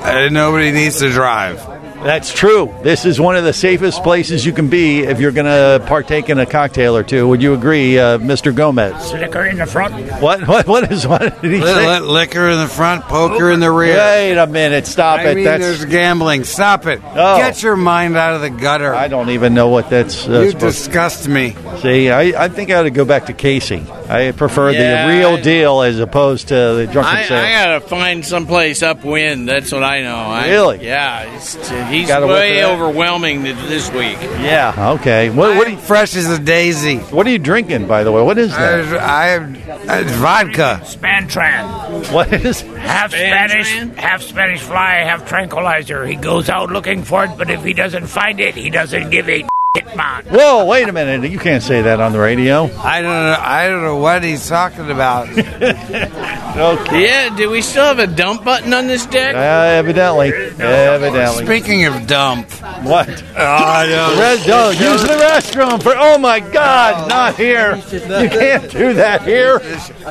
Speaker 19: uh, nobody needs to drive.
Speaker 5: That's true. This is one of the safest places you can be if you're going to partake in a cocktail or two. Would you agree, uh, Mr. Gomez?
Speaker 20: Slicker in the front.
Speaker 5: What? What? What is? What did he
Speaker 19: Li-
Speaker 5: say?
Speaker 19: li- liquor in the front, poker in the rear.
Speaker 5: Wait a minute! Stop
Speaker 19: I
Speaker 5: it!
Speaker 19: mean,
Speaker 5: that's
Speaker 19: there's gambling. Stop it. Get your mind out of the gutter.
Speaker 5: I don't even know what that's. Uh,
Speaker 19: You
Speaker 5: supposed-
Speaker 19: disgust me.
Speaker 5: See, I, I think I ought to go back to Casey. I prefer
Speaker 3: Yeah,
Speaker 5: the real deal as opposed to the drunken
Speaker 3: I,
Speaker 5: sailor.
Speaker 3: I gotta find someplace upwind. That's what I know. I,
Speaker 5: Really?
Speaker 3: Yeah. It's, he's
Speaker 5: Gotta look for
Speaker 3: way
Speaker 5: that.
Speaker 3: overwhelming th- this week.
Speaker 5: yeah. Okay. What? What? Are you,
Speaker 19: fresh as a daisy.
Speaker 5: What are you drinking, by the way? What is that?
Speaker 19: I, I, it's vodka.
Speaker 20: Spantran.
Speaker 5: What is?
Speaker 20: Half Spanish, half Spanish fly, half tranquilizer. He goes out looking for it, but if he doesn't find it, he doesn't give a hitman.
Speaker 5: Whoa! Wait a minute! You can't say that on the radio.
Speaker 19: I don't know. I don't know what he's talking about.
Speaker 5: okay.
Speaker 3: Yeah. Do we still have a dump button on this deck?
Speaker 5: Uh, evidently. Evidently.
Speaker 19: Speaking of dump, Uh,
Speaker 5: what?
Speaker 19: I know.
Speaker 5: Red dog, use the restroom for. Oh my God! Not here. You can't do that here.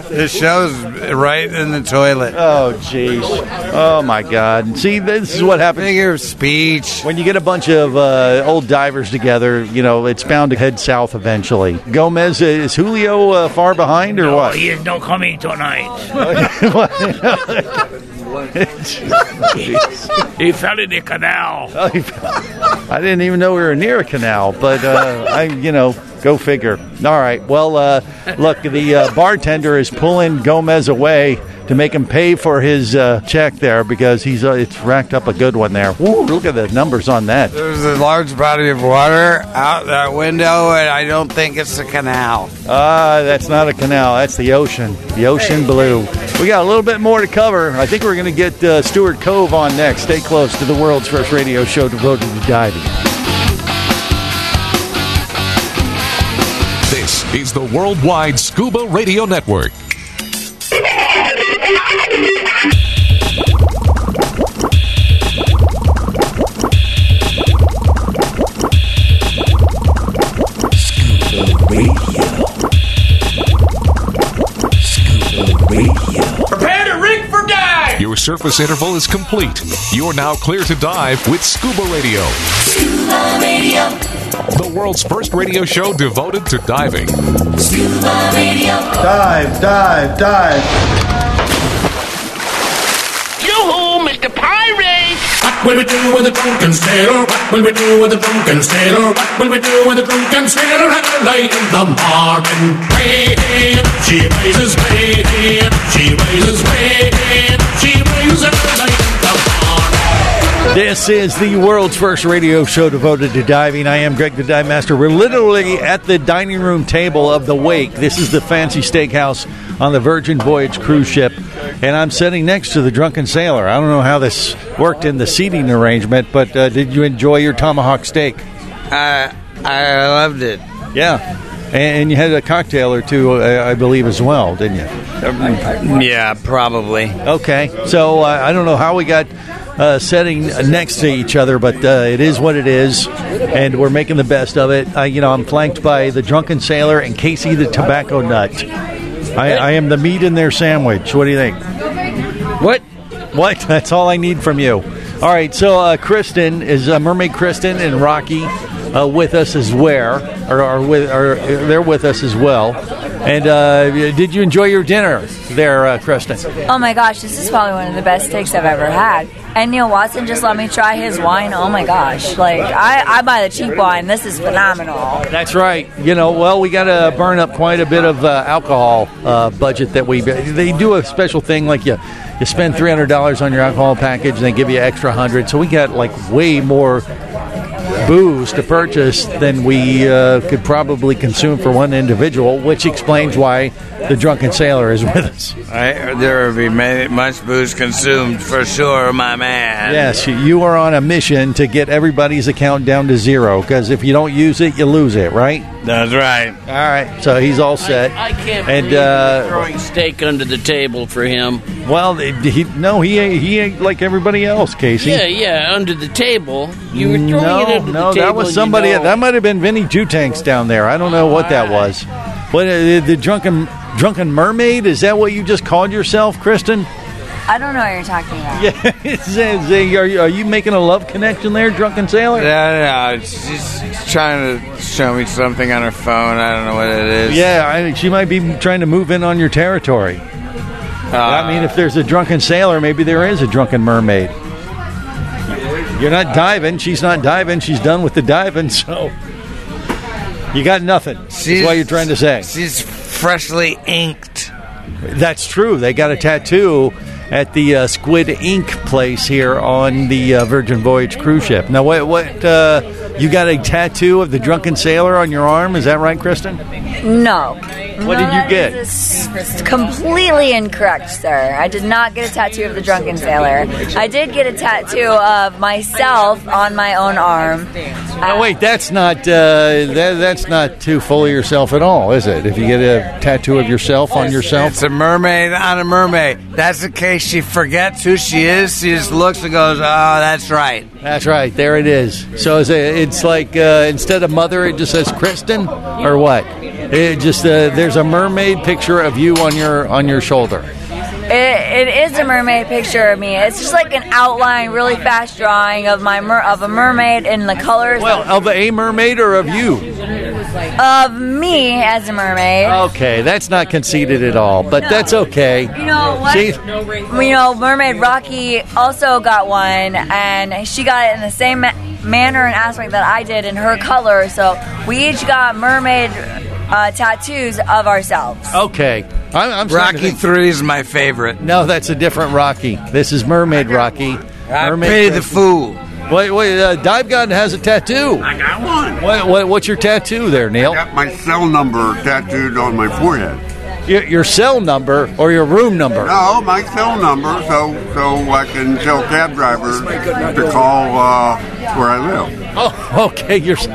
Speaker 19: This show's right in the toilet.
Speaker 5: Oh jeez. Oh my God. See, this is what happens.
Speaker 19: Figure of speech.
Speaker 5: When you get a bunch of uh, old divers together, you know it's bound to head south eventually. Gomez is Julio uh, far behind or
Speaker 20: Oh,
Speaker 5: what?
Speaker 20: he is no coming tonight. he fell in the canal.
Speaker 5: Oh, he- I didn't even know we were near a canal, but uh, I, you know, go figure. All right. Well, uh, look, the uh, bartender is pulling Gomez away to make him pay for his uh, check there because he's uh, it's racked up a good one there. Woo, look at the numbers on that.
Speaker 19: There's a large body of water out that window, and I don't think it's a canal.
Speaker 5: Ah, that's not a canal. That's the ocean. The ocean blue. We got a little bit more to cover. I think we're going to get uh, Stuart Cove on next. Stay close to the world's first radio show devoted to diving.
Speaker 4: This is the Worldwide Scuba Radio Network.
Speaker 12: Prepare to rig for dive!
Speaker 4: Your surface interval is complete. You're now clear to dive with Scuba Radio,
Speaker 12: Scuba Radio,
Speaker 4: the world's first radio show devoted to diving.
Speaker 12: Scuba Radio.
Speaker 10: Dive, dive, dive.
Speaker 12: Yoo-hoo, Mr. Pirate! What will we do with a drunken sailor? What will we do with a drunken sailor? What will we do with a drunken sailor at the light in the morning? Way in, she rises way in, she rises way in, she rises at the light in the
Speaker 5: This is the world's first radio show devoted to diving. I am Greg the Dive Master. We're literally at the dining room table of the Wake. This is the fancy steakhouse on the Virgin Voyage cruise ship. And I'm sitting next to the drunken sailor. I don't know how this worked in the seating arrangement, but uh, did you enjoy your tomahawk steak?
Speaker 19: I I loved it.
Speaker 5: Yeah. And, and you had a cocktail or two, uh, I believe, as well, didn't you?
Speaker 19: Yeah, probably.
Speaker 5: Okay, so uh, I don't know how we got uh, setting next to each other, but uh, it is what it is, and we're making the best of it. I, you know, I'm flanked by the drunken sailor and Casey the tobacco nut. I, I am the meat in their sandwich. What do you think? What? What? That's all I need from you. All right, so uh, Kristen is uh, Mermaid Kristen and Rocky uh, with us as where, or, or with, or uh, they're with us as well. And uh, did you enjoy your dinner there, uh, Kristen?
Speaker 21: Oh my gosh, this is probably one of the best steaks I've ever had. And Neil Watson just let me try his wine. Oh my gosh. Like, I, I buy the cheap wine. This is phenomenal.
Speaker 5: That's right. You know, well, we got to burn up quite a bit of uh, alcohol uh, budget that we. They do a special thing like you, you spend three hundred dollars on your alcohol package, and they give you extra hundred. So we got like way more booze to purchase than we uh, could probably consume for one individual, which explains why the drunken sailor is with us.
Speaker 19: I, there will be ma- much booze consumed for sure, my man.
Speaker 5: Yes, you are on a mission to get everybody's account down to zero because if you don't use it, you lose it, right?
Speaker 19: That's right.
Speaker 5: All right, so he's all set.
Speaker 3: I can't
Speaker 5: And,
Speaker 3: believe
Speaker 5: uh,
Speaker 3: you're throwing steak under the table for him.
Speaker 5: Well, he, no, he ain't, he ain't like everybody else, Casey.
Speaker 3: Yeah, yeah, under the table. You were throwing
Speaker 5: no,
Speaker 3: it under
Speaker 5: no,
Speaker 3: the table.
Speaker 5: that was
Speaker 3: you
Speaker 5: somebody.
Speaker 3: know.
Speaker 5: That might have been Vinny Jutanks down there. I don't know what that was. What uh, the drunken drunken mermaid? Is that what you just called yourself, Kristen?
Speaker 21: I don't know what you're talking about.
Speaker 5: Yeah, Zing, Zing, are you, are you making a love connection there, drunken sailor?
Speaker 19: Yeah, no, she's trying to show me something on her phone. I don't know what it is.
Speaker 5: Yeah, I think she might be trying to move in on your territory.
Speaker 19: Uh,
Speaker 5: I mean, if there's a drunken sailor, maybe there is a drunken mermaid. You're not diving. She's not diving. She's done with the diving, so you got nothing. That's what you're trying to say.
Speaker 19: She's freshly inked.
Speaker 5: That's true. They got a tattoo at the uh, Squid Ink place here on the uh, Virgin Voyage cruise ship. Now, what? What? Uh, you got a tattoo of the drunken sailor on your arm? Is that right, Kristen?
Speaker 21: No.
Speaker 5: What
Speaker 21: No,
Speaker 5: did you
Speaker 21: that
Speaker 5: get?
Speaker 21: is s- completely incorrect, sir. I did not get a tattoo of the drunken sailor. I did get a tattoo of myself on my own arm.
Speaker 5: No, wait. That's not. Uh, that, that's not to fully yourself at all, is it? If you get a tattoo of yourself on yourself,
Speaker 19: It's a mermaid on a mermaid. That's the case. She forgets who she is. She just looks and goes, "Oh, that's right."
Speaker 5: That's right. There it is. So is it, it's like uh, instead of mother, it just says Kristen, or what? It just uh, there's a mermaid picture of you on your on your shoulder.
Speaker 21: It, it is a mermaid picture of me. It's just like an outline, really fast drawing of my mer- of a mermaid and the colors
Speaker 5: Well, of a mermaid or of you?
Speaker 21: of me as a mermaid.
Speaker 5: Okay, that's not conceited at all, but that's okay.
Speaker 21: You know what?
Speaker 5: See?
Speaker 21: You know, Mermaid Rocky also got one, and she got it in the same ma- manner and aspect that I did in her color. So we each got mermaid uh, tattoos of ourselves.
Speaker 5: Okay. I'm, I'm Rocky
Speaker 19: Three is my favorite.
Speaker 5: No, that's a different Rocky. This is Mermaid Rocky.
Speaker 19: I
Speaker 5: mermaid
Speaker 19: pity the
Speaker 5: Kristen.
Speaker 19: fool.
Speaker 5: Wait, wait. Uh, Dive God has a tattoo. I got one. What, what, what's your tattoo there, Neil?
Speaker 6: My cell number tattooed on my forehead.
Speaker 5: Your, your cell number or your room number?
Speaker 6: No, my cell number, so so I can tell cab drivers to call uh, where I live.
Speaker 5: Oh, okay. You're s-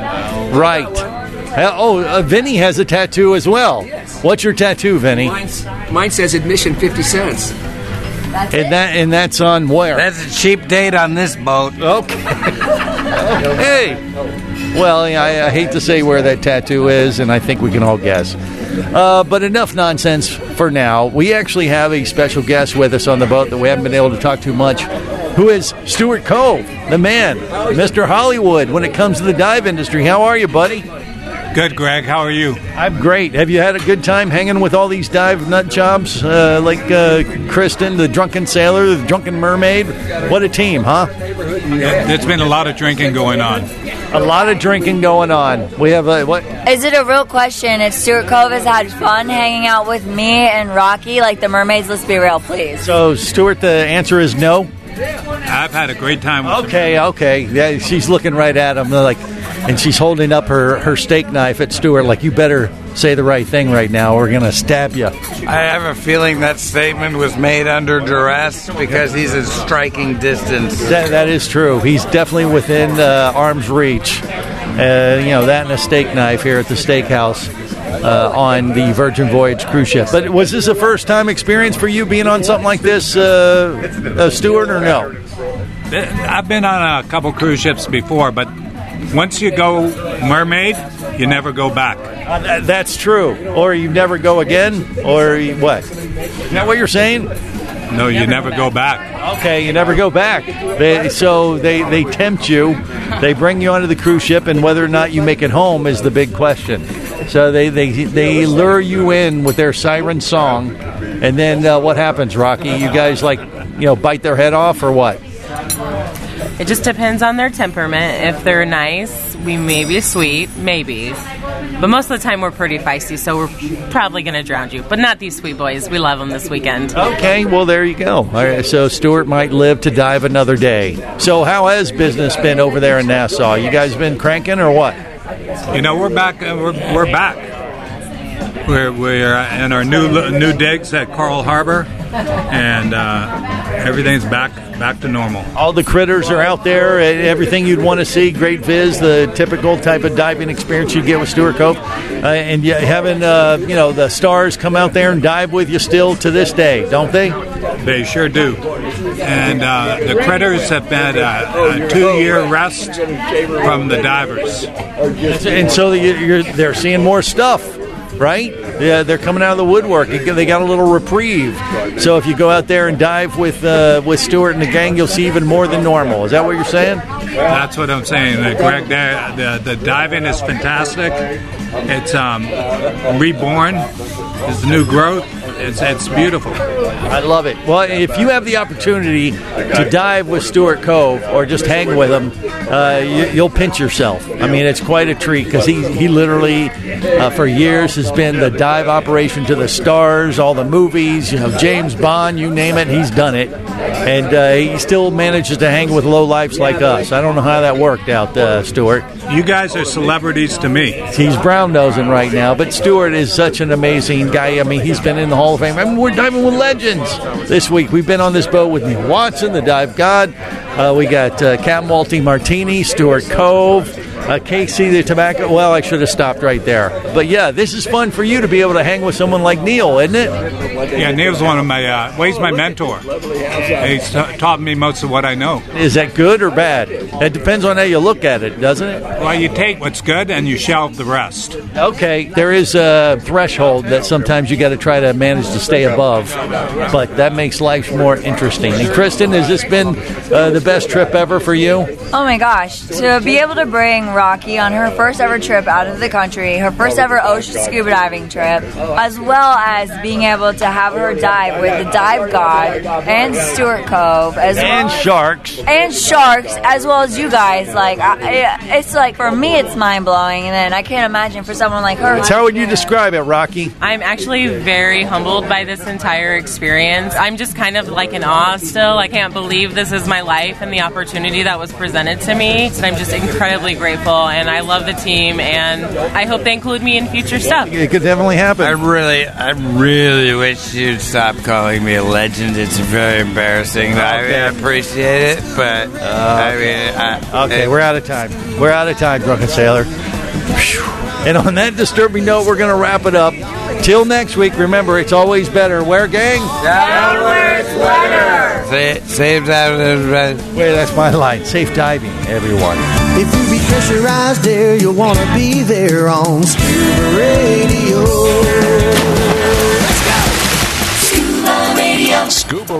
Speaker 5: right. Uh, Oh, uh, Vinny has a tattoo as well. What's your tattoo, Vinny?
Speaker 18: Mine's, mine says admission 50 cents.
Speaker 5: And that and that's on where?
Speaker 19: That's a cheap date on this boat.
Speaker 5: Okay. hey. Well, yeah, I, I hate to say where that tattoo is, and I think we can all guess. Uh, but enough nonsense for now. We actually have a special guest with us on the boat that we haven't been able to talk too much, who is Stuart Cove, the man, Mr. Hollywood, when it comes to the dive industry. How are you, buddy?
Speaker 22: Good, Greg. How are you?
Speaker 5: I'm great. Have you had a good time hanging with all these dive nut jobs uh, like uh, Kristen, the drunken sailor, the drunken mermaid? What a team, huh?
Speaker 22: There's been a lot of drinking going on.
Speaker 5: A lot of drinking going on. We have a what?
Speaker 21: Is it a real question if Stuart Cove has had fun hanging out with me and Rocky, like the mermaids? Let's be real, please.
Speaker 5: So, Stuart, the answer is no.
Speaker 22: I've had a great time. With
Speaker 5: Okay, okay. Yeah, she's looking right at him, like, and she's holding up her her steak knife at Stuart, like, you better say the right thing right now. We're gonna stab you.
Speaker 19: I have a feeling that statement was made under duress because he's in striking distance.
Speaker 5: That, that is true. He's definitely within uh, arm's reach. Uh, you know that and a steak knife here at the steakhouse uh, on the Virgin Voyage cruise ship. But was this a first time experience for you being on something like this, uh, uh, Stuart, or no?
Speaker 22: Th- I've been on a couple cruise ships before, but once you go mermaid, you never go back.
Speaker 5: Uh, tha- That's true. Or you never go again, or you- what? Is that what you're saying?
Speaker 22: No, you never go back.
Speaker 5: Okay, you never go back. They, so they, they tempt you, they bring you onto the cruise ship, and whether or not you make it home is the big question. So they, they, they lure you in with their siren song, and then uh, what happens, Rocky? You guys like you know bite their head off or what?
Speaker 23: It just depends on their temperament. If they're nice, we may be sweet, maybe. But most of the time, we're pretty feisty, so we're probably going to drown you. But not these sweet boys. We love them this weekend.
Speaker 5: Okay, well there you go. All right, so Stuart might live to dive another day. So how has business been over there in Nassau? You guys been cranking or what?
Speaker 22: You know, we're back. uh, We're, we're back. We're, we're uh, in our new li- new digs at Coral Harbor, and uh, everything's back back to normal.
Speaker 5: All the critters are out there. and Everything you'd want to see. Great viz. The typical type of diving experience you get with Stuart Cove, uh, and you, having uh, you know the stars come out there and dive with you still to this day, don't they?
Speaker 22: They sure do. And uh, the critters have uh, had a, a two-year rest from the divers.
Speaker 5: And so you- you're, they're seeing more stuff, right? Yeah, they're coming out of the woodwork. They got a little reprieve. So if you go out there and dive with uh, with Stewart and the gang, you'll see even more than normal. Is that what you're saying?
Speaker 22: That's what I'm saying. The Greg, the, the, the diving is fantastic. It's um, reborn. It's new growth. It's, it's beautiful.
Speaker 5: I love it. Well, if you have the opportunity to dive with Stuart Cove or just hang with him, uh, you, you'll pinch yourself. I mean, it's quite a treat because he, he literally, uh, for years, has been the dive operation to the stars, all the movies, you know, James Bond, you name it, he's done it. And uh, he still manages to hang with low lifes like us. I don't know how that worked out, uh, Stuart.
Speaker 22: You guys are celebrities to me.
Speaker 5: He's brown nosing right now, but Stewart is such an amazing guy. I mean, he's been in the Hall of Fame. I mean, we're diving with legends this week. We've been on this boat with Nick Watson, the dive god. Uh, we got uh, Captain Walty Martini, Stuart Cove, uh, Casey the Tobacco. Well, I should have stopped right there. But yeah, this is fun for you to be able to hang with someone like Neil, isn't it?
Speaker 22: Yeah, Neil's one of my, uh, well, he's my mentor. He's ta- taught me most of what I know.
Speaker 5: Is that good or bad? It depends on how you look at it, doesn't it?
Speaker 22: Well, you take what's good and you shelve the rest.
Speaker 5: Okay, there is a threshold that sometimes you got to try to manage to stay above, but that makes life more interesting. And Kristen, has this been uh, the best trip ever for you?
Speaker 21: Oh my gosh, to be able to bring Rocky on her first ever trip out of the country, her first ever ocean scuba diving trip, as well as being able to have her dive with the dive god and Stuart Cove, as well
Speaker 5: And
Speaker 21: as-
Speaker 5: sharks.
Speaker 21: and sharks, as well as you guys. Like, I, it's like for me, it's mind blowing, and then I can't imagine for someone like her.
Speaker 5: How would you describe it, Rocky?
Speaker 23: I'm actually very humbled by this entire experience. I'm just kind of like in awe still. I can't believe this is my life and the opportunity that was presented to me. And I'm just incredibly grateful and I love the team and I hope they include me in future stuff.
Speaker 5: It could definitely happen.
Speaker 19: I really, I really wish you'd stop calling me a legend. It's very embarrassing. I, mean, I
Speaker 5: Okay.
Speaker 19: appreciate it, but I mean, I,
Speaker 5: Okay,
Speaker 19: it-
Speaker 5: we're out of time. We're out of time, drunken sailor. Phew. And on that disturbing note, we're going to wrap it up. Till next week, remember it's always better. Wear gang.
Speaker 19: Sa- Save that.
Speaker 5: Wait, that's my line. Safe diving, everyone.
Speaker 24: If you be pressurized there, you'll want to be there on Scuba Radio.
Speaker 4: Scuba Radio. Scuba